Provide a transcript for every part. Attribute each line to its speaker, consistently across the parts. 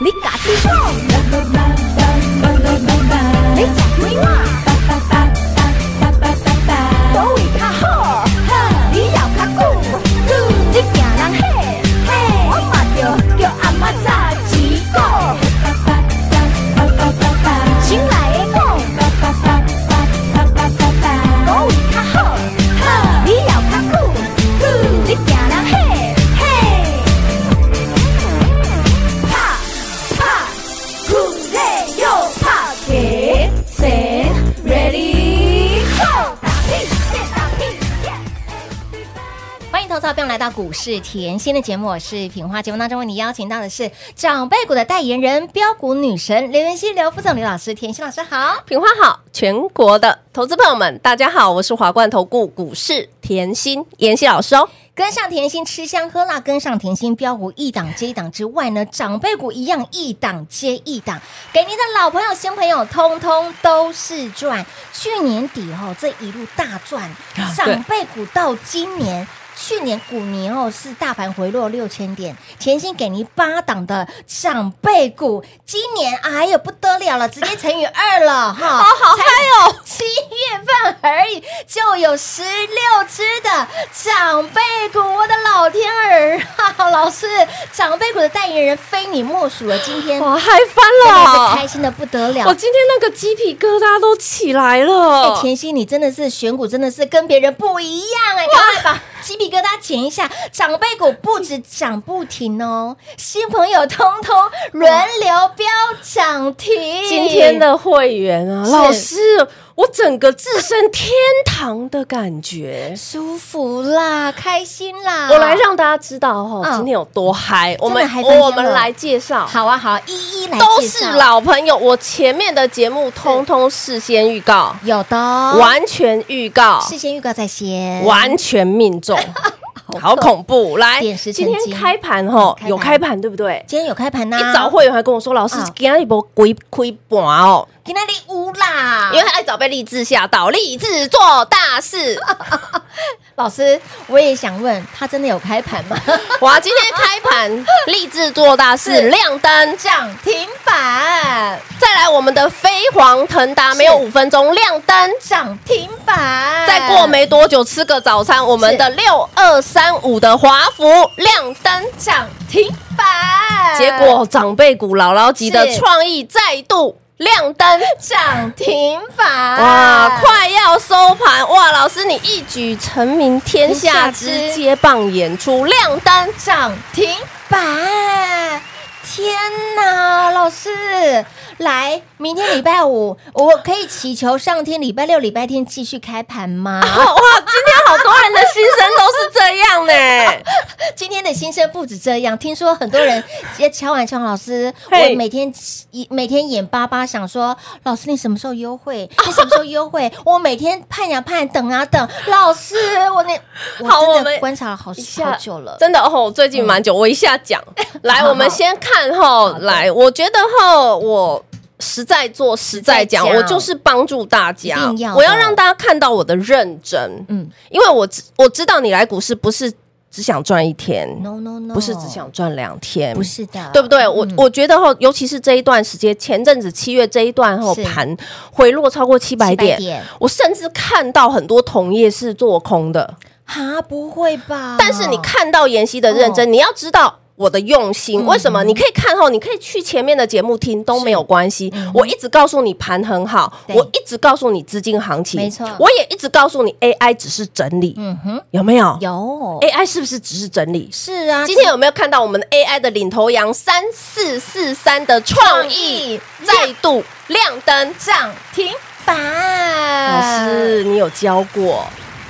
Speaker 1: 你家己讲，你食几碗，倒位较好，你摇较久，你惊人嘿，嘿，我嘛着叫阿妈炸一个，先来的讲，倒位较好，你摇较久，你惊人嘿，嘿。啪啪，鼓嘞又啪给，谁 ready go？打屁，打屁，
Speaker 2: 欢迎投资者朋友来到股市甜心的节目，我是品花。节目当中为你邀请到的是长辈股的代言人标股女神刘元熙、刘副总、刘老师、甜心老师好。
Speaker 3: 品花好，全国的投资朋友们，大家好，我是华冠投顾股市甜心妍希老师哦。
Speaker 2: 跟上甜心吃香喝辣，跟上甜心标股一档接一档之外呢，长辈股一样一档接一档，给您的老朋友、新朋友，通通都是赚。去年底哦，这一路大赚，长辈股到今年。去年股年哦是大盘回落六千点，甜心给您八档的长辈股，今年哎呦不得了了，直接乘以二了哈， 好嗨哦！七月份而已就有十六只的长辈股，我的老天儿啊！老师，长辈股的代言人非你莫属了，今天
Speaker 3: 哇，
Speaker 2: 真
Speaker 3: 嗨翻
Speaker 2: 的是
Speaker 3: 了！
Speaker 2: 开心的不得了
Speaker 3: 我。今天那个鸡皮疙瘩都起
Speaker 2: 哎
Speaker 3: 来了，。
Speaker 2: 甜心，你真的是选股真的是跟别人不一样哎、赶快把鸡皮疙瘩剪一下。长辈股不止涨不停哦，新朋友通通轮流飙涨停。
Speaker 3: 今天的会员啊，
Speaker 2: 是
Speaker 3: 老师，我整个置身天堂的感觉。
Speaker 2: 舒服啦，开心啦，
Speaker 3: 我来让大家知道哦，
Speaker 2: 啊嗯
Speaker 3: 今天有多嗨！我
Speaker 2: 真的
Speaker 3: 们
Speaker 2: 嗨翻天了
Speaker 3: 我们来介绍，
Speaker 2: 好啊好啊，一一来
Speaker 3: 都
Speaker 2: 介
Speaker 3: 是
Speaker 2: 绍
Speaker 3: 老朋友，我前面的节目通通事先预告，
Speaker 2: 有的哦
Speaker 3: 完全预告，
Speaker 2: 事先预告在先，
Speaker 3: 完全 命中，好恐怖！来，
Speaker 2: 点石
Speaker 3: 今
Speaker 2: 成金
Speaker 3: 天开盘吼
Speaker 2: 嗯开盘啊
Speaker 3: 有开盘对不对？
Speaker 2: 今天有开盘呐、
Speaker 3: 一早会员还跟我说，老师
Speaker 2: 嗯
Speaker 3: 今天一波亏亏盘哦，
Speaker 2: 今天你有啦，
Speaker 3: 因为他一早被励志吓到，励志做大 事。
Speaker 2: 老师我也想问，他真的有开盘 吗？
Speaker 3: 哇，今天开盘励志做大
Speaker 2: 是
Speaker 3: 事，亮灯。
Speaker 2: 涨停板，
Speaker 3: 再来我们的飞黄腾达，没有五分钟亮灯。
Speaker 2: 涨停板，
Speaker 3: 再过没多久吃个早餐，我们的六二三五的华孚亮灯
Speaker 2: 涨停板，
Speaker 3: 结果长辈股姥姥级的
Speaker 2: 是
Speaker 3: 创意再度亮灯，
Speaker 2: 涨停板，啊
Speaker 3: 哇，！快要收盘哇！老师你一举成名天下，
Speaker 2: 天下知
Speaker 3: 之接棒演出亮灯，
Speaker 2: 涨停板！天哪，老师，来，明天礼拜五，我可以祈求上天礼拜六、礼拜天继续开盘吗？
Speaker 3: 哦哇！今天好多人的心声都是这样呢。
Speaker 2: 今天的新生不止这样，听说很多人也敲碗敲老师，
Speaker 3: 嘿
Speaker 2: 我每天每天眼巴巴想说，老师你什么时候优 惠？你什么时候优惠？我每天盼呀盼，等啊等，老师我那
Speaker 3: 好
Speaker 2: 我
Speaker 3: 我
Speaker 2: 真的
Speaker 3: 们
Speaker 2: 观察了好好久了，
Speaker 3: 真的哦，最近蛮久，我一下讲。来，
Speaker 2: 好
Speaker 3: 我们先看哈，
Speaker 2: 嗯
Speaker 3: 来，我觉得哈，我。实在做，实在讲，
Speaker 2: 实在讲
Speaker 3: 我就是帮助大家
Speaker 2: 一定要的
Speaker 3: 我要让大家看到我的认真，
Speaker 2: 嗯
Speaker 3: 因为我知我知道你来股市不是只想赚一天，
Speaker 2: ，no no no，
Speaker 3: 不是只想赚两天，
Speaker 2: 不。是的，
Speaker 3: 对不对？我、
Speaker 2: 嗯
Speaker 3: 我觉得哈，尤其是这一段时间，前阵子七月这一段后
Speaker 2: 是
Speaker 3: 盘回落超过七百点，
Speaker 2: 点
Speaker 3: 我甚至看到很多同业是做空的。
Speaker 2: 哦哈，不会吧？
Speaker 3: 但是你，看到妍希的认真，
Speaker 2: 哦
Speaker 3: 你要知道。我的用心，
Speaker 2: 嗯
Speaker 3: 为什么？你可以看后，你可以去前面的节目听都没有关系
Speaker 2: 嗯哼。
Speaker 3: 我一直告诉你盘很好，
Speaker 2: 对
Speaker 3: 我一直告诉你资金行情，
Speaker 2: 没错
Speaker 3: 我也一直告诉你 AI 只是整理，
Speaker 2: 嗯哼，
Speaker 3: 有没有
Speaker 2: 有，
Speaker 3: ？AI 是不是只是整理？
Speaker 2: 是啊，
Speaker 3: 今天有没有看到我们的 AI 的领头羊三四四三的创意再度亮灯？呃
Speaker 2: 涨停板，
Speaker 3: 老师，你有有教过。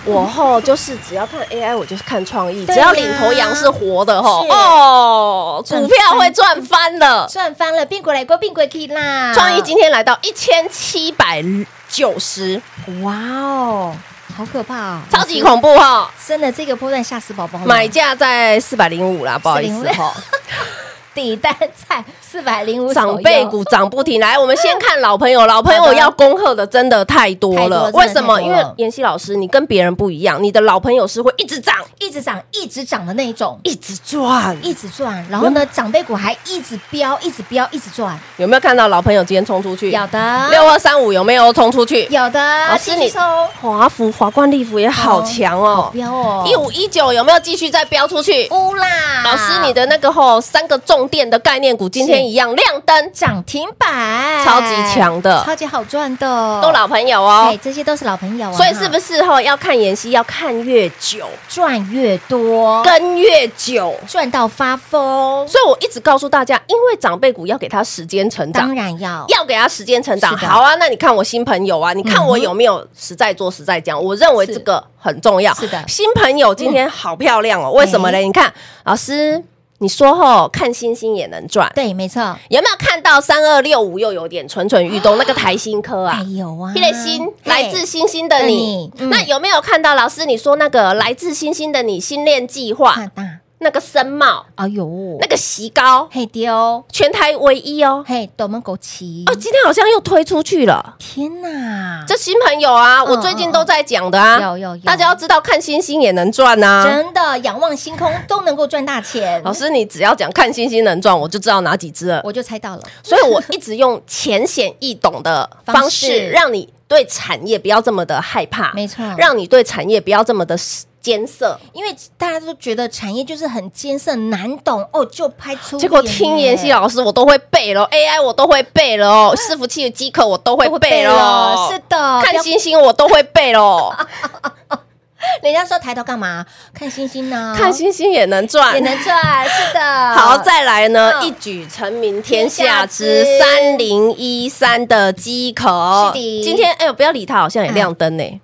Speaker 3: 我后就是只要看 AI，我就是看创意，只要领头羊啊是活的吼，
Speaker 2: 是
Speaker 3: 哦，
Speaker 2: 赚
Speaker 3: 股票会赚翻的。
Speaker 2: 赚翻了，并过来过，并过去啦！
Speaker 3: 创意今天来到一千七百九十，
Speaker 2: 哇哦，好可怕哦！
Speaker 3: 超级恐怖哈！
Speaker 2: 真的这个波段吓死宝宝了。
Speaker 3: 买价在四百零五啦，不好意
Speaker 2: 405
Speaker 3: 思哈。
Speaker 2: 底单在四百零五
Speaker 3: 长辈股涨不停，来，我们 先看老朋友，老朋友要恭贺的真的太多了
Speaker 2: 太。多
Speaker 3: 为
Speaker 2: 真的
Speaker 3: 什么？
Speaker 2: 太多
Speaker 3: 因
Speaker 2: 了
Speaker 3: 为妍希老师，你跟别人不一样，你的老朋友是会一直涨，
Speaker 2: 一直涨，一直涨的那一种，
Speaker 3: 一直赚。
Speaker 2: 一直赚。然后
Speaker 3: 嗯
Speaker 2: 呢，长辈股还一直飙，一直飙，一直赚。
Speaker 3: 有没有看到老朋友今天冲出去？
Speaker 2: 有啊的，
Speaker 3: 六二三五有没有冲出去？
Speaker 2: 有的，
Speaker 3: 老师
Speaker 2: 继续
Speaker 3: 你
Speaker 2: 冲，
Speaker 3: 华孚、华冠、利福也好强
Speaker 2: 好
Speaker 3: 哦，
Speaker 2: 飙哦，
Speaker 3: 一五一九有没有继续再飙出去？
Speaker 2: 乌啦！
Speaker 3: 老师，你的那个吼三个重点的概念股今天一样亮灯，
Speaker 2: 涨停板
Speaker 3: 超级强的，
Speaker 2: 哎超级好赚的，
Speaker 3: 都老朋友哦
Speaker 2: 对，。这些都是老朋友啊，
Speaker 3: 所以是不
Speaker 2: 是
Speaker 3: 是吼要看妍希，要看越久，
Speaker 2: 赚越多，
Speaker 3: 跟越久。
Speaker 2: 赚到发疯？
Speaker 3: 所以我一直告诉大家，因为长辈股要给他时间成
Speaker 2: 当
Speaker 3: 长。
Speaker 2: 然要，
Speaker 3: 要给他时间成长，
Speaker 2: 是的
Speaker 3: 好啊。那你看我新朋友啊，你看我有没有实在做实在讲？我认为这个很重要。
Speaker 2: 是的
Speaker 3: 新朋友今天好漂亮哦，为什么呢？
Speaker 2: 哎
Speaker 3: 你看，老师你说吼，看星星也能赚，
Speaker 2: 对，没错。
Speaker 3: 有没有看到三二六五又有点蠢蠢欲 动？那个台新科啊
Speaker 2: 哎，有啊，
Speaker 3: 霹雷星来自星星的你
Speaker 2: 对，嗯
Speaker 3: 那有没有看到老师你说那个来自星星的你新恋计划
Speaker 2: 大大，
Speaker 3: 那个森茂
Speaker 2: 哎呦
Speaker 3: 那，个席高？
Speaker 2: 嘿丢，
Speaker 3: 全台唯一哦。
Speaker 2: 嘿斗门枸杞
Speaker 3: 哦，，今天好像又推出去了，
Speaker 2: 天哪，
Speaker 3: 这新朋友啊，
Speaker 2: 嗯
Speaker 3: 我最近都在讲的啊，
Speaker 2: 有有有
Speaker 3: 大家要知道看星星也能赚啊。
Speaker 2: 真的仰望星空都能够赚大钱，
Speaker 3: 老师，你只要讲看星星能赚，我就知道哪几 只了。
Speaker 2: 我就猜到了，
Speaker 3: 所以我一直用浅显易懂的方
Speaker 2: 方式
Speaker 3: 式，让你对产业不要这么的害怕，
Speaker 2: 没错
Speaker 3: 让你对产业不要这么的艰涩。
Speaker 2: 因为大家都觉得产业就是很艰涩难懂哦，就拍出
Speaker 3: 结果听妍希老师，我都会背了，AI 我都会背了哦，伺服器的机壳我都会
Speaker 2: 啊都会
Speaker 3: 背
Speaker 2: 背
Speaker 3: 了
Speaker 2: 了，，是的，哦不
Speaker 3: 看
Speaker 2: 要
Speaker 3: 星星我都会背了。
Speaker 2: 人家说抬头干嘛？看星星呢，
Speaker 3: 看星星啊也能
Speaker 2: 也
Speaker 3: 赚。
Speaker 2: 能赚，是的，
Speaker 3: 好，再来呢，
Speaker 2: 嗯
Speaker 3: 一举成名天下知
Speaker 2: 天下
Speaker 3: 三零一三的机壳。
Speaker 2: 是的
Speaker 3: 今天哎呦，不要理他，好像也亮灯 呢。
Speaker 2: 哎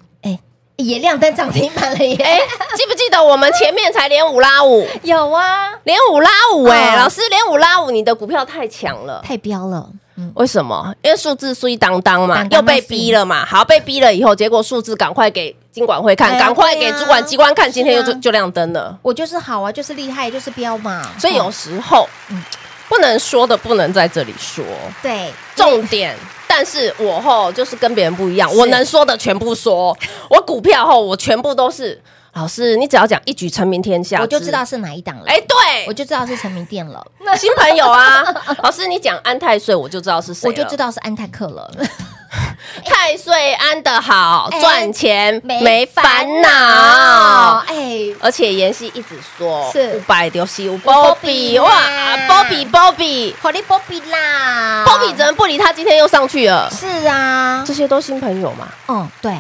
Speaker 2: 也亮灯涨停板了耶，
Speaker 3: 哎，记不记得我们前面才连五拉五，
Speaker 2: 有啊，
Speaker 3: 连五拉五哎，
Speaker 2: 嗯
Speaker 3: 老师连五拉五，你的股票太强了。
Speaker 2: 太彪了，嗯，
Speaker 3: 为什么？因为数字碎当当嘛
Speaker 2: 当，当
Speaker 3: 又被逼了嘛。好，被逼了以后，结果数字赶快给经管会
Speaker 2: 哎
Speaker 3: 看，
Speaker 2: 呀
Speaker 3: 赶快
Speaker 2: 对
Speaker 3: 给
Speaker 2: 呀
Speaker 3: 主管机关看，今天又就是
Speaker 2: 啊
Speaker 3: 就亮灯了。
Speaker 2: 我就是好啊，就是厉害，就是彪嘛，
Speaker 3: 所以有
Speaker 2: 嗯
Speaker 3: 时候
Speaker 2: 嗯
Speaker 3: 不能说的不能在这里说。
Speaker 2: 对
Speaker 3: 重点。但是我吼就是跟别人不一样，
Speaker 2: 是
Speaker 3: 我能说的全部说，我股票吼我全部都是老师，你只要讲一举成名天下，
Speaker 2: 我就知道。是哪一档了。
Speaker 3: 哎、
Speaker 2: 我
Speaker 3: 对，
Speaker 2: 就知道是成名店了，
Speaker 3: 新朋友啊，老师你讲安太岁，我就知道是谁，啊
Speaker 2: 我就知道是安泰克 了。
Speaker 3: 太岁安的好，
Speaker 2: 哎
Speaker 3: 赚、钱没烦恼。
Speaker 2: 哎，
Speaker 3: 而且妍希一直说，
Speaker 2: 是
Speaker 3: 五百六十五波比
Speaker 2: 有 Bobby
Speaker 3: 哇
Speaker 2: 啦
Speaker 3: 波比波比
Speaker 2: 好利波比啦，
Speaker 3: 波比怎么不理他？今天又上去了，
Speaker 2: 是啊
Speaker 3: 这，些都新朋友嘛。
Speaker 2: 嗯，对，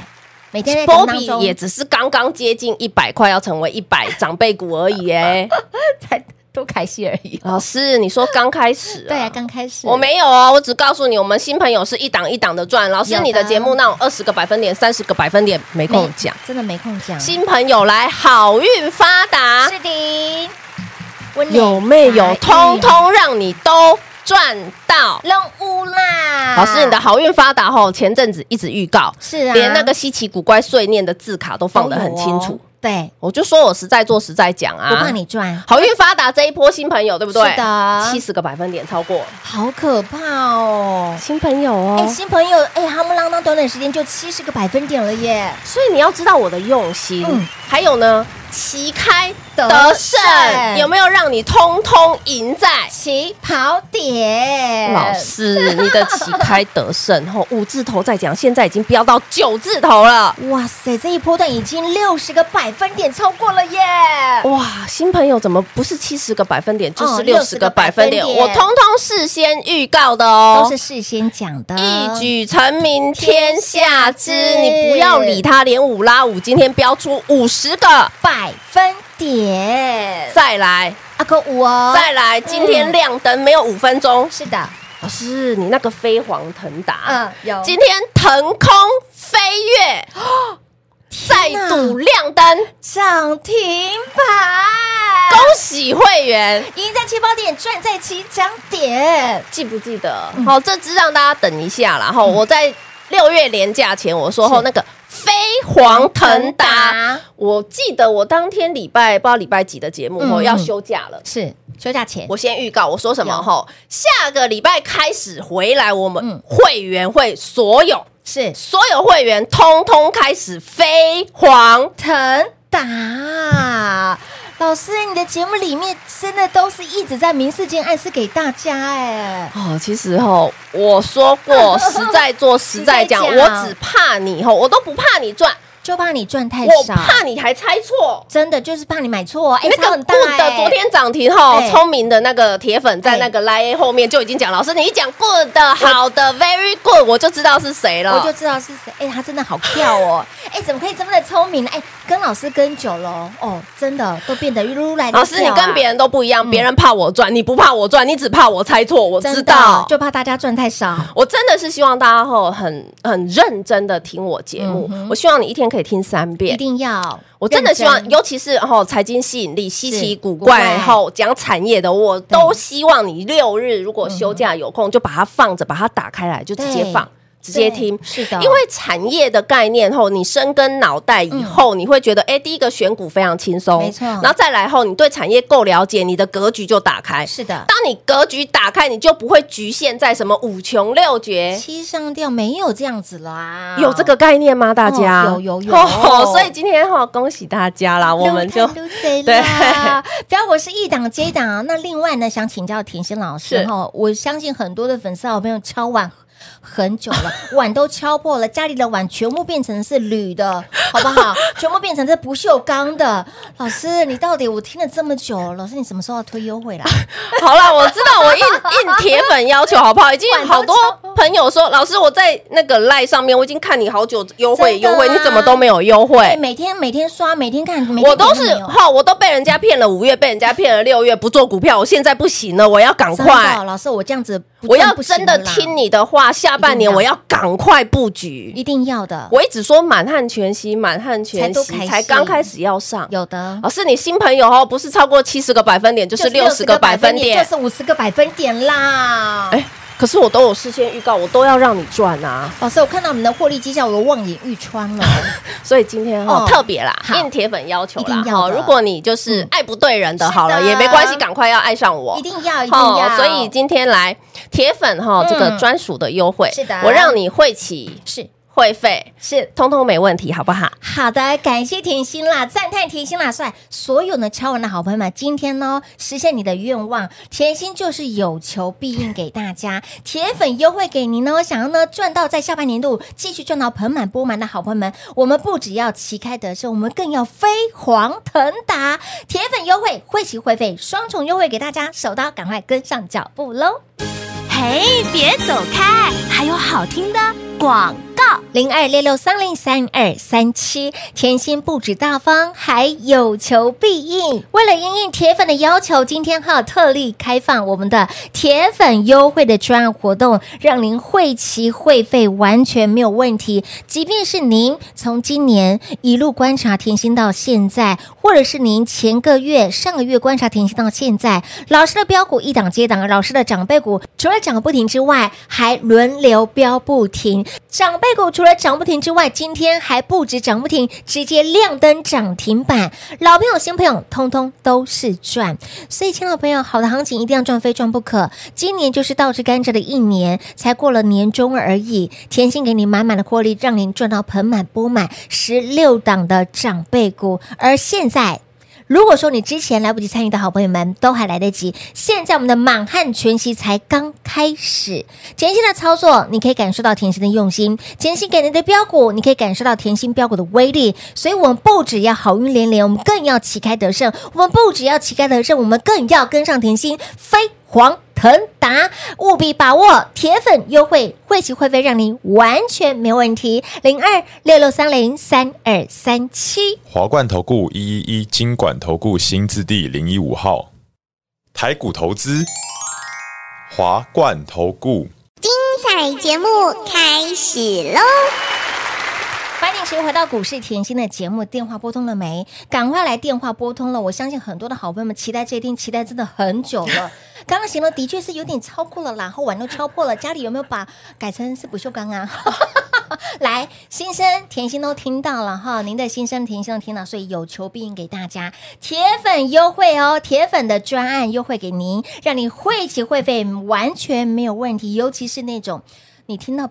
Speaker 2: 每天在
Speaker 3: 波
Speaker 2: 等当
Speaker 3: 比
Speaker 2: 中
Speaker 3: 也只是刚刚接近一百块，要成为一百长辈股而 已哎、
Speaker 2: 才多开戏而已。
Speaker 3: 老师，你说刚开始、
Speaker 2: 对啊，。刚开始
Speaker 3: 我没有哦，我只告诉你，我们新朋友是一档一档的赚。老师
Speaker 2: 有，的
Speaker 3: 你的节目那种二十个百分点、三十个百分点
Speaker 2: 没
Speaker 3: 没空讲。，
Speaker 2: 真的没空讲。是
Speaker 3: 新朋友来，好运发达，
Speaker 2: 的，我
Speaker 3: 啊有没有？通通让你都赚到。
Speaker 2: 扔屋啦？
Speaker 3: 老师，你的好运发达吼，前阵子一直预告，
Speaker 2: 啊是啊，
Speaker 3: 连那个稀奇古怪碎念的字卡都放得很清
Speaker 2: 都有
Speaker 3: 楚
Speaker 2: 哦。，对，
Speaker 3: 我就说我实在做实在讲啊，
Speaker 2: 不怕你赚，
Speaker 3: 好运发达这一波新朋友，对不对？
Speaker 2: 是的
Speaker 3: 七十个百分点超过
Speaker 2: 好可怕哦。
Speaker 3: 新朋友
Speaker 2: 哎、
Speaker 3: 哦
Speaker 2: 新朋友，哎、哈姆朗当短短时间就七十个百分点了耶！
Speaker 3: 所以你要知道我的用心。
Speaker 2: 嗯
Speaker 3: 还有呢，旗开
Speaker 2: 得
Speaker 3: 得胜
Speaker 2: 胜
Speaker 3: 有没有让你通通赢在？
Speaker 2: 起跑点，
Speaker 3: 老师，你的旗开得胜 后五字头再讲，现在已经飙到九字头了。
Speaker 2: 哇塞，这一波段已经六十个百分点超过了耶！
Speaker 3: 哇，新朋友怎么不是七十个百分点，就是
Speaker 2: 哦
Speaker 3: 六十
Speaker 2: 60个
Speaker 3: 个百分点？
Speaker 2: 百分
Speaker 3: 我
Speaker 2: 点
Speaker 3: 通通事先预告的哦，
Speaker 2: 都是事先讲的，
Speaker 3: 一举成名天下知，
Speaker 2: 啊天下知
Speaker 3: 你不要理他，连五拉五，今天标出五十个，
Speaker 2: 百分点，
Speaker 3: 再来，
Speaker 2: 阿哥五哦，嗯
Speaker 3: 再来，今天亮灯没有五分钟，
Speaker 2: 是的，嗯
Speaker 3: 老师，你那个飞黄腾达，
Speaker 2: 嗯，有
Speaker 3: 今天腾空飞跃，三，
Speaker 2: 涨停板，
Speaker 3: 恭喜会员。
Speaker 2: 赢在起跑点，赚在起涨点。
Speaker 3: 记不记得？嗯好，这只让大家等一下啦。后我在六月连假前我说后
Speaker 2: 嗯是
Speaker 3: 那个飞黄腾
Speaker 2: 腾
Speaker 3: 达
Speaker 2: 达，
Speaker 3: 我记得我当天礼拜不知道礼拜几的节目哦
Speaker 2: 嗯
Speaker 3: 要休假了。
Speaker 2: 是休假前，
Speaker 3: 我先预告，我说什么
Speaker 2: 有
Speaker 3: 吼？下个礼拜开始回来，我
Speaker 2: 嗯
Speaker 3: 们会员会所有
Speaker 2: 是
Speaker 3: 所有会员通通开始飞黄
Speaker 2: 腾达。老师，你的节目里面真的都是一直在明示间暗示给大家哎、
Speaker 3: 哦，其实吼，我说 过，实在做实在讲，
Speaker 2: 实在讲
Speaker 3: 我只怕你吼，我都不怕你赚，
Speaker 2: 就怕你赚太
Speaker 3: 我
Speaker 2: 少，
Speaker 3: 怕你还猜错。
Speaker 2: 真的就是怕你买错，哎、
Speaker 3: 那
Speaker 2: 差
Speaker 3: 个
Speaker 2: 很
Speaker 3: 不
Speaker 2: 大
Speaker 3: 的
Speaker 2: 哎
Speaker 3: 昨天涨停吼，
Speaker 2: 哎
Speaker 3: 聪明的那个铁粉在
Speaker 2: 哎
Speaker 3: 那个 line 后面就已经讲，老师你一讲 good 的好的 very good，我就知道是谁了。
Speaker 2: 我就知道是谁，哎、他真的好跳 哦，哎、怎么可以这么的聪明呢？哎、跟老师跟久了哦，哦真的都变得如来、
Speaker 3: 老师，你跟别人都不一样，别人怕我赚，你不怕我赚，你只怕我猜错。我
Speaker 2: 真
Speaker 3: 知
Speaker 2: 的
Speaker 3: 道，
Speaker 2: 就怕大家赚太少，
Speaker 3: 我真的是希望大家吼很很认真的听我节目，
Speaker 2: 嗯
Speaker 3: 我希望你一天可以听三
Speaker 2: 一
Speaker 3: 遍。
Speaker 2: 定要，
Speaker 3: 我真的希
Speaker 2: 认
Speaker 3: 望，
Speaker 2: 真
Speaker 3: 尤其是吼财经吸引力、稀奇古
Speaker 2: 古怪
Speaker 3: 怪，吼讲产业的，我都希望你六日如果休假有空，就把它放着，把它打开来，就直接放
Speaker 2: 对，
Speaker 3: 直接
Speaker 2: 嗯对
Speaker 3: 听。
Speaker 2: 是的，
Speaker 3: 因为产业的概念后，你深耕脑袋以后，你会觉得，哎，第一个选股非常轻松，
Speaker 2: 嗯没错
Speaker 3: 然后再来后，你对产业够了解，你的格局就打开。
Speaker 2: 是的。
Speaker 3: 当你格局打开，你就不会局限在什么五穷六绝。
Speaker 2: 七上吊没有这样子啦，
Speaker 3: 哎有这个概念吗？大家、
Speaker 2: 啊哦有有有
Speaker 3: 哦所以今天哈、恭喜大家啦，我们就
Speaker 2: 对， 标我是一档接一档啊。那另外呢，想请教甜心老师
Speaker 3: 是
Speaker 2: 哈，我相信很多的粉丝好朋友敲碗。很久了， 碗都敲破了，家里的碗全部变成是铝 的，好不好？全部变成是不锈钢的。老师，你到底我听了这么久，老师你什么时候要推优惠 啦？
Speaker 3: 好啦，我知道 我应应铁粉要求好不好？已经有好多朋友说，老师我在那个赖上面，我已经看你好久优惠
Speaker 2: 真的啊
Speaker 3: 优惠，你怎么都没有优
Speaker 2: 哎，
Speaker 3: 惠？
Speaker 2: 每天每天刷，每天看，每天
Speaker 3: 我都
Speaker 2: 点
Speaker 3: 是
Speaker 2: 没有
Speaker 3: 哈，我都被人家骗了五月，被人家骗了六月，不做股票，我现在不行了，我要赶
Speaker 2: 真的
Speaker 3: 快
Speaker 2: 哦，老师，我这样子不
Speaker 3: 我要
Speaker 2: 赚不行
Speaker 3: 真的
Speaker 2: 了啦
Speaker 3: 听，你的话，下半年
Speaker 2: 一定要
Speaker 3: 我要赶快布局。
Speaker 2: 一定要的，
Speaker 3: 我一直说满汉全席，满汉
Speaker 2: 才
Speaker 3: 全
Speaker 2: 多开
Speaker 3: 席
Speaker 2: 心
Speaker 3: 才刚开始要上。
Speaker 2: 有的
Speaker 3: 老师，你新朋友哦，不是超过七十个百分点，就是六十个百分点。
Speaker 2: 就是五十个百分点啦。
Speaker 3: 哎，可是我都有事先预告，我都要让你赚 啊！
Speaker 2: 老师，我看到我们的获利绩效，我都望眼欲穿 了。
Speaker 3: 所以今天哦
Speaker 2: 哦，
Speaker 3: 特别啦，
Speaker 2: 好
Speaker 3: 应铁粉要求
Speaker 2: 一定
Speaker 3: 啦。哦
Speaker 2: 要的嗯
Speaker 3: 如果你就是爱不对人的，
Speaker 2: 是的
Speaker 3: 好了也没关系，赶快要爱上我
Speaker 2: 一。定要，一定
Speaker 3: 哦
Speaker 2: 要。嗯
Speaker 3: 所以今天来铁粉哈，这个专属的优惠，
Speaker 2: 是的
Speaker 3: 我让你会起
Speaker 2: 是
Speaker 3: 会费，
Speaker 2: 是
Speaker 3: 通通没问题，好不好？
Speaker 2: 好的，感谢甜心啦，赞叹甜心啦，帅！所有呢敲完的好朋友们，今天呢实现你的愿望，甜心就是有求必应给大家，铁粉优惠给您哦。想要呢赚到在下半年度继续赚到盆满钵满的好朋友们，我们不只要旗开得胜，我们更要飞黄腾达。铁粉优惠，会齐会费，双重优惠给大家，手刀赶快跟上脚步喽！
Speaker 4: 嘿，别走开，还有好听的广告。
Speaker 2: 零二六六三零三二三七，甜心不止大方，还有求必应。为了应应铁粉的要求，今天哈特例开放我们的铁粉优惠的专案活动，让您汇齐会费完全没有问题。即便是您从今年一路观察甜心到现在，或者是您前个月、上个月观察甜心到现在，老师的标股一档接档，老师的长辈股除了涨不停之外，还轮流标不停。长辈股除了涨不停之外，今天还不止涨不停，直接亮灯涨停板。老朋友、新朋友，通通都是赚。所以，亲爱的朋友，好的行情一定要赚，非赚不可。今年就是倒吃甘蔗的一年，才过了年终而已。甜心给你满满的获利，让您赚到盆满钵满，十六档的长辈股。而现在。如果说你之前来不及参与的好朋友们，都还来得及。现在我们的满汉全席才刚开始，甜心的操作，你可以感受到甜心的用心；甜心给你的标股，你可以感受到甜心标股的威力。所以，我们不只要好运连连，我们更要旗开得胜；我们不只要旗开得胜，我们更要跟上甜心飞黄。腾达，务必把握铁粉优惠，会期会费让您完全没问题。零二六六三零三二三七。
Speaker 5: 华冠投顾一一一金管投顾新字第零一五号，台股投资，华冠投顾。
Speaker 6: 彩节目开始喽！
Speaker 2: 欢欢迎谁回到股市甜心的节目？电话拨通了没？赶快来电话拨通了！我相信很多的好朋友们期待这一天，期待真的很久了。刚刚形容的确是有点超过了啦，后碗都超破了。家里有没有把改成是不锈钢啊？来，心声甜心都听到了哈，您的心声甜心都听到，所以有求必应给大家铁粉优惠哦，铁粉的专案优惠给您，让你汇齐会费完全没有问题，尤其是那种你听到。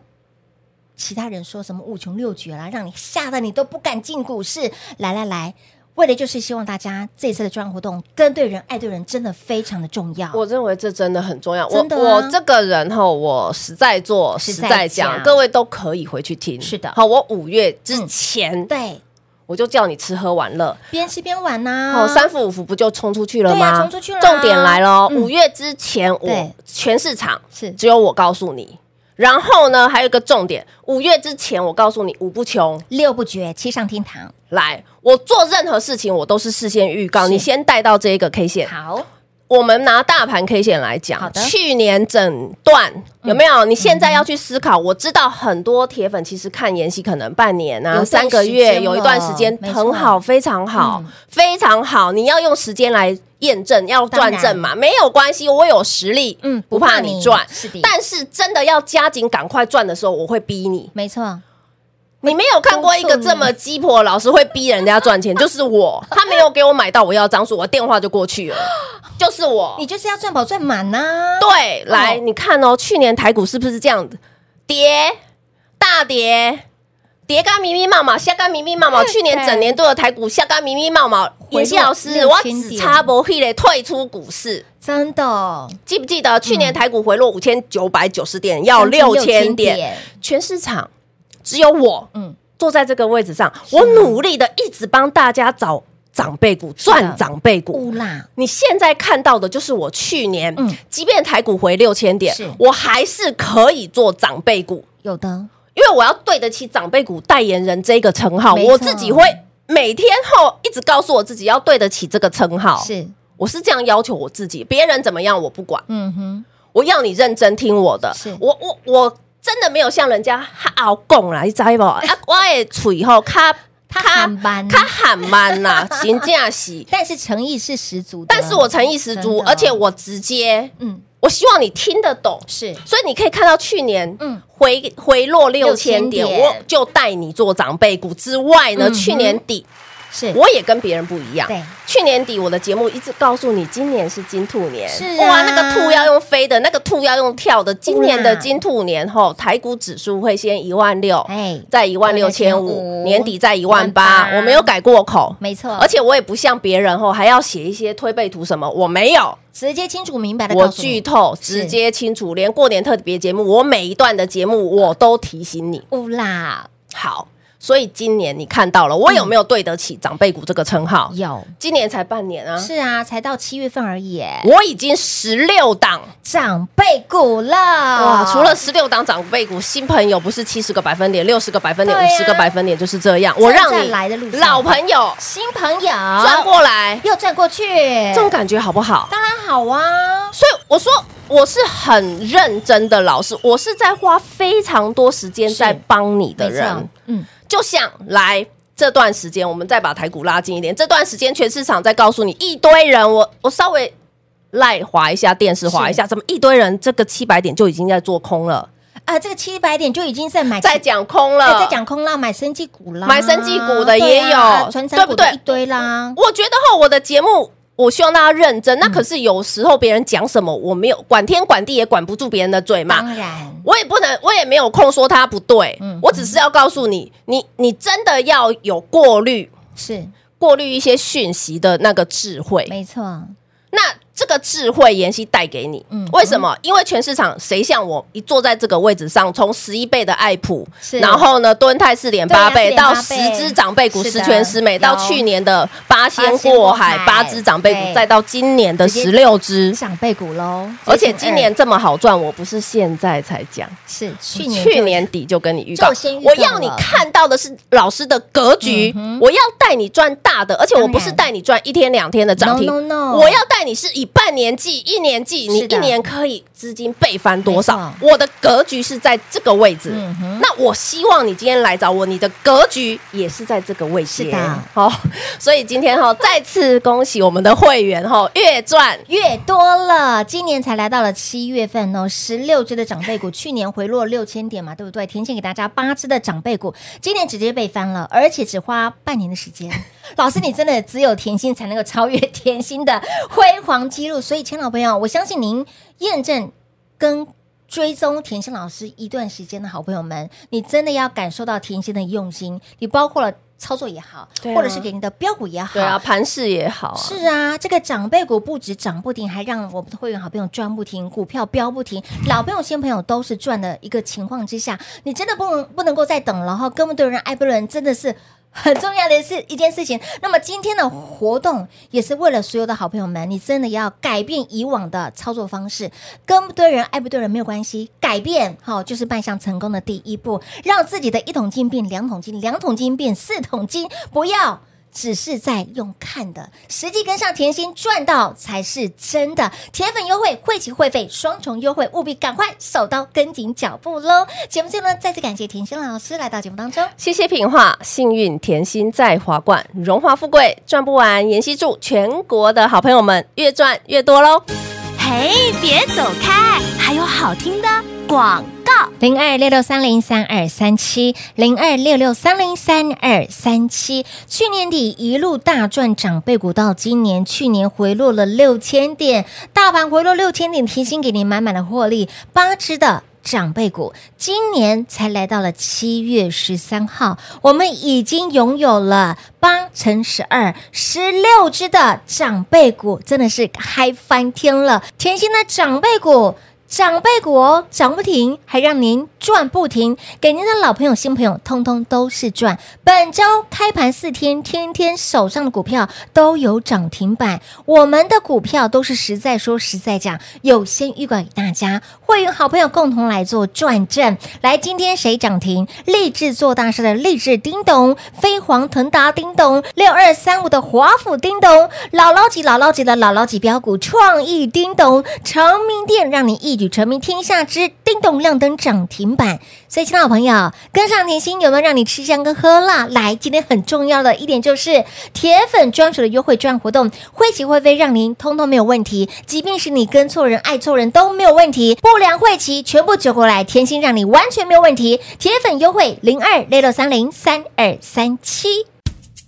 Speaker 2: 其他人说什么五穷六绝啦，让你吓得你都不敢进股市。来来来，为的就是希望大家这次的专案活动跟对人、爱对人真的非常的重要。
Speaker 3: 我认为这真的很重要。我
Speaker 2: 真的啊
Speaker 3: 我这个人哈，我实在做，
Speaker 2: 实
Speaker 3: 实
Speaker 2: 在
Speaker 3: 在
Speaker 2: 讲
Speaker 3: 讲，各位都可以回去听。
Speaker 2: 是的嗯
Speaker 3: 好，我五月之前
Speaker 2: 对，
Speaker 3: 我就叫你吃喝玩乐，
Speaker 2: 边吃边玩呐、
Speaker 3: 哦，三伏五伏不就冲出去了
Speaker 2: 啊对啊
Speaker 3: 吗？
Speaker 2: 冲出去了啊
Speaker 3: 重点来了哦，
Speaker 2: 嗯
Speaker 3: 五月之前
Speaker 2: 对
Speaker 3: 我全市场
Speaker 2: 是
Speaker 3: 只有我告诉你。然后呢，还有一个重点，五月之前我告诉你五不穷，
Speaker 2: 六不绝，七上天堂。
Speaker 3: 来，我做任何事情我都是事先预告，
Speaker 2: 是
Speaker 3: 你先带到这一个 K 线，
Speaker 2: 好，
Speaker 3: 我们拿大盘 K 线来
Speaker 2: 好
Speaker 3: 讲，
Speaker 2: 的嗯
Speaker 3: 去年整段有没有？你现在要去思考。我知道很多铁粉其实看妍希可能半年
Speaker 2: 有一
Speaker 3: 啊、
Speaker 2: 段
Speaker 3: 三个
Speaker 2: 时间
Speaker 3: 月，
Speaker 2: 了
Speaker 3: 有一段时间
Speaker 2: 没错
Speaker 3: 很好，非常好，非常好。你要用时间来验证，要
Speaker 2: 当
Speaker 3: 转
Speaker 2: 然
Speaker 3: 正嘛，没有关系，我有实力，
Speaker 2: 嗯
Speaker 3: 嗯，
Speaker 2: 不
Speaker 3: 不
Speaker 2: 怕
Speaker 3: 怕
Speaker 2: 你
Speaker 3: 你赚
Speaker 2: 是的。
Speaker 3: 但是真的要加紧赶快赚的时候，我会逼你。
Speaker 2: 没错，
Speaker 3: 你没有看过一个这么鸡婆老师会逼人家赚钱，就是我，他没有给我买到我要的张数，我电话就过去了，就是我。
Speaker 2: 你就是要赚饱赚满呐、
Speaker 3: 对，来、
Speaker 2: 哦
Speaker 3: 你看哦，去年台股是不是这样子跌大跌？跌干迷迷冒冒，下干迷迷冒冒。去年整年度的台股下干迷迷冒冒。
Speaker 2: 回落
Speaker 3: 妍希老师，
Speaker 2: 6000
Speaker 3: 我只差不会嘞退出股市，
Speaker 2: 真的哦
Speaker 3: 记不记得去年台股回落五千九百九十点，要
Speaker 2: 将近
Speaker 3: 六
Speaker 2: 6000
Speaker 3: 千点，全市场只有我，
Speaker 2: 嗯啊
Speaker 3: 嗯，坐在这个位置上，我努力的一直帮大家找长辈股，
Speaker 2: 啊
Speaker 3: 赚长辈股，
Speaker 2: 乌啦，
Speaker 3: 你现在看到的就是我去年，
Speaker 2: 嗯
Speaker 3: 即便台股回六千点
Speaker 2: 是，
Speaker 3: 我还是可以做长辈股，
Speaker 2: 有的
Speaker 3: 因为我要对得起长辈股代言人这个称号，
Speaker 2: 没错
Speaker 3: 我自己会每天后一直告诉我自己要对得起这个称号，
Speaker 2: 是，
Speaker 3: 我是这样要求我自己，别人怎么样我不管，
Speaker 2: 嗯哼，
Speaker 3: 我要你认真听我的
Speaker 2: 是，
Speaker 3: 我我我真的没有像人家好讲啦，你知无？啊，我的嘴 吼卡
Speaker 2: 较含慢
Speaker 3: 卡喊慢啦， 真正是。
Speaker 2: 但是诚意是十足的。
Speaker 3: 但是我诚意十
Speaker 2: 真
Speaker 3: 足，
Speaker 2: 的
Speaker 3: 而且我直接，
Speaker 2: 嗯
Speaker 3: 我希望你听得懂。
Speaker 2: 是
Speaker 3: 所以你可以看到去年，
Speaker 2: 嗯
Speaker 3: 嗯，回回落六千点，
Speaker 2: 点
Speaker 3: 我就带你做长辈股之外
Speaker 2: 嗯
Speaker 3: 呢，
Speaker 2: 哼
Speaker 3: 去年底
Speaker 2: 是
Speaker 3: 我也跟别人不一样
Speaker 2: 对。
Speaker 3: 去年底我的节目一直告诉你，今年是金兔年，
Speaker 2: 是啊
Speaker 3: 哇，那个兔要用飞的，那个兔要用跳的。今年
Speaker 2: 呼
Speaker 3: 的
Speaker 2: 啦
Speaker 3: 金兔年后，台股指数会先一万六，
Speaker 2: 哎
Speaker 3: 在一万六千
Speaker 2: 16,500
Speaker 3: 五，年底在一万八
Speaker 2: 18,000，
Speaker 3: 我没有改过口，
Speaker 2: 没错，
Speaker 3: 而且我也不像别人吼，还要写一些推背图什么，我没有，
Speaker 2: 直接清楚明白的
Speaker 3: 我
Speaker 2: 告诉
Speaker 3: 剧
Speaker 2: 你，
Speaker 3: 透，
Speaker 2: 是
Speaker 3: 直接清楚，连过年特别节目，我每一段的节目我都提醒你。
Speaker 2: 乌啦
Speaker 3: 好，所以今年你看到了，我有没有对得起长辈股这个称号？
Speaker 2: 嗯有。
Speaker 3: 今年才半年啊，
Speaker 2: 是啊，才到七月份而已耶，
Speaker 3: 我已经十六档
Speaker 2: 长辈股了
Speaker 3: 哇，
Speaker 2: 啊
Speaker 3: 除了十六档长辈股，新朋友不是七十个百分点、六十个百分点、
Speaker 2: 对
Speaker 3: 五
Speaker 2: 啊
Speaker 3: 十个百分点，就是这样。我让
Speaker 2: 站在
Speaker 3: 你
Speaker 2: 来的路上
Speaker 3: 老朋友
Speaker 2: 新朋友
Speaker 3: 转过来，
Speaker 2: 又转过去，
Speaker 3: 这种感觉好不好？
Speaker 2: 当然好啊，
Speaker 3: 所以我说我是很认真的老师，我是在花非常多时间在帮你的
Speaker 2: 没错
Speaker 3: 人。
Speaker 2: 嗯，
Speaker 3: 就像来这段时间，我们再把台股拉近一点。这段时间全市场在告诉你一堆人，我我稍微赖滑一下电视，滑一下，怎么一堆人这个七百点就已经在做空了，
Speaker 2: 啊，这个七百点就已经在买，
Speaker 3: 在讲空了，
Speaker 2: 哎在讲空啦，买生技股啦，
Speaker 3: 买生技股的也
Speaker 2: 对啊
Speaker 3: 有
Speaker 2: 传产股
Speaker 3: 对不
Speaker 2: 的
Speaker 3: 对
Speaker 2: 一堆啦，
Speaker 3: 我觉得哈，我的节目。我希望大家认
Speaker 2: 嗯
Speaker 3: 真，那可是有时候别人讲什么，我没有管天管地也管不住别人的嘴嘛。
Speaker 2: 当然
Speaker 3: 我也不能，我也没有空说他不对，
Speaker 2: 嗯
Speaker 3: 我只是要告诉你，你你真的要有过滤，
Speaker 2: 是
Speaker 3: 过滤一些讯息的那个智慧。
Speaker 2: 没错，
Speaker 3: 那这个智慧，妍希带给你，
Speaker 2: 嗯
Speaker 3: 为什么？因为全市场谁像我一坐在这个位置上，从十一倍的爱普
Speaker 2: 是，
Speaker 3: 然后呢，敦泰四点八倍
Speaker 2: 对啊
Speaker 3: 到
Speaker 2: 4.8
Speaker 3: 十
Speaker 2: 倍
Speaker 3: 只长辈股
Speaker 2: 是的
Speaker 3: 十全十美，
Speaker 2: 有
Speaker 3: 到去年的八仙
Speaker 2: 八仙过
Speaker 3: 过
Speaker 2: 海
Speaker 3: 海八只长辈股
Speaker 2: 对，
Speaker 3: 再到今年的
Speaker 2: 直接
Speaker 3: 十六只，
Speaker 2: 长辈股喽，
Speaker 3: 而且今年
Speaker 2: 二
Speaker 3: 这么好赚，我不是现在才讲。
Speaker 2: 是去
Speaker 3: 哎去
Speaker 2: 年
Speaker 3: 年
Speaker 2: 就
Speaker 3: 底就跟你预告
Speaker 2: 就先预告嗯
Speaker 3: 我要你看到的是老师的格局，我要带你赚大的，而且我不是带你赚一天两天的涨停
Speaker 2: No, no, no
Speaker 3: 我要带你是以半年计、一年计，你
Speaker 2: 嗯是的
Speaker 3: 一年可以资金倍翻多少
Speaker 2: 没？
Speaker 3: 我的格局是在这个位置
Speaker 2: 嗯哼，
Speaker 3: 那我希望你今天来找我，你的格局也是在这个位置。
Speaker 2: 是的
Speaker 3: 好，所以今天哈，再次恭喜我们的会员哈，月赚
Speaker 2: 越多了，今年才来到了七月份哦，十六只的长辈股， 去年回落六千点嘛，对不对？甜心给大家八只的长辈股，今年直接被翻了，而且只花半年的时间。 老师，你真的只有甜心才能够超越甜心的辉煌记录，所以，亲老朋友，我相信您验证跟。追踪甜心老师一段时间的好朋友们，你真的要感受到甜心的用心，你包括了操作也好，
Speaker 3: 对啊
Speaker 2: 或者是给你的标股也好，
Speaker 3: 对啊，盘势也好啊，
Speaker 2: 是啊，这个长辈股不止涨不停，还让我们的会员好朋友赚不停，股票飙不停，老朋友、新朋友都是赚的一个情况之下，你真的不能不能够再等了哈，跟不对人爱不对人，真的是。很重要的是一件事情。那么今天的活动也是为了所有的好朋友们，你真的要改变以往的操作方式，跟不对人、爱不对人没有关系，改变好、就是迈向成功的第一步，让自己的一桶金变两桶金，两桶金变四桶金，不要。只是在用看的，实际跟上甜心赚到才是真的。铁粉优惠，会期会费双重优惠，务必赶快手刀跟紧脚步喽！节目最后呢，再次感谢甜心老师来到节目当中。
Speaker 3: 谢谢品画，幸运甜心在华冠，荣华富贵赚不完。妍希祝全国的好朋友们越赚越多喽！
Speaker 4: 嘿，别走开，还有好听的广告。
Speaker 2: 零二六六三零三二三七，零二六六三零三二三七。去年底一路大赚长辈股，到今年，去年回落了六千点，大盘回落六千点，提醒给您满满的获利，八只的。长辈股今年才来到了七月十三号，我们已经拥有了八乘十二十六只的长辈股，真的是嗨翻天了！甜心的长辈股长辈股哦，涨不停，还让您赚不停，给您的老朋友、新朋友，通通都是赚。本周开盘四天，天天手上的股票都有涨停板，我们的股票都是实在说、实在讲，有先预告给大家，会员好朋友共同来做转正。来，今天谁涨停？立志做大事的立志叮咚，飞黄腾达叮咚，六二三五的华府叮咚，姥姥级、姥姥级的姥姥级标股创意叮咚，长明店让你一举成名天下之叮咚亮灯涨停板。所以，亲爱的朋友，跟上甜心有没有让你吃香跟喝辣？来，今天很重要的一点就是铁粉专属的优惠券活动，会期会费让您通通没有问题，即便是你跟错人、爱错人都没有问题，不良会期全部揪过来，甜心让你完全没有问题。铁粉优惠零二六六三零三二三七。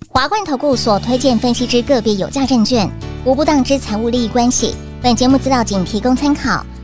Speaker 6: 华冠投顾所推荐分析之个别有价证券，无不当之财务利益关系。本节目资料仅提供参考，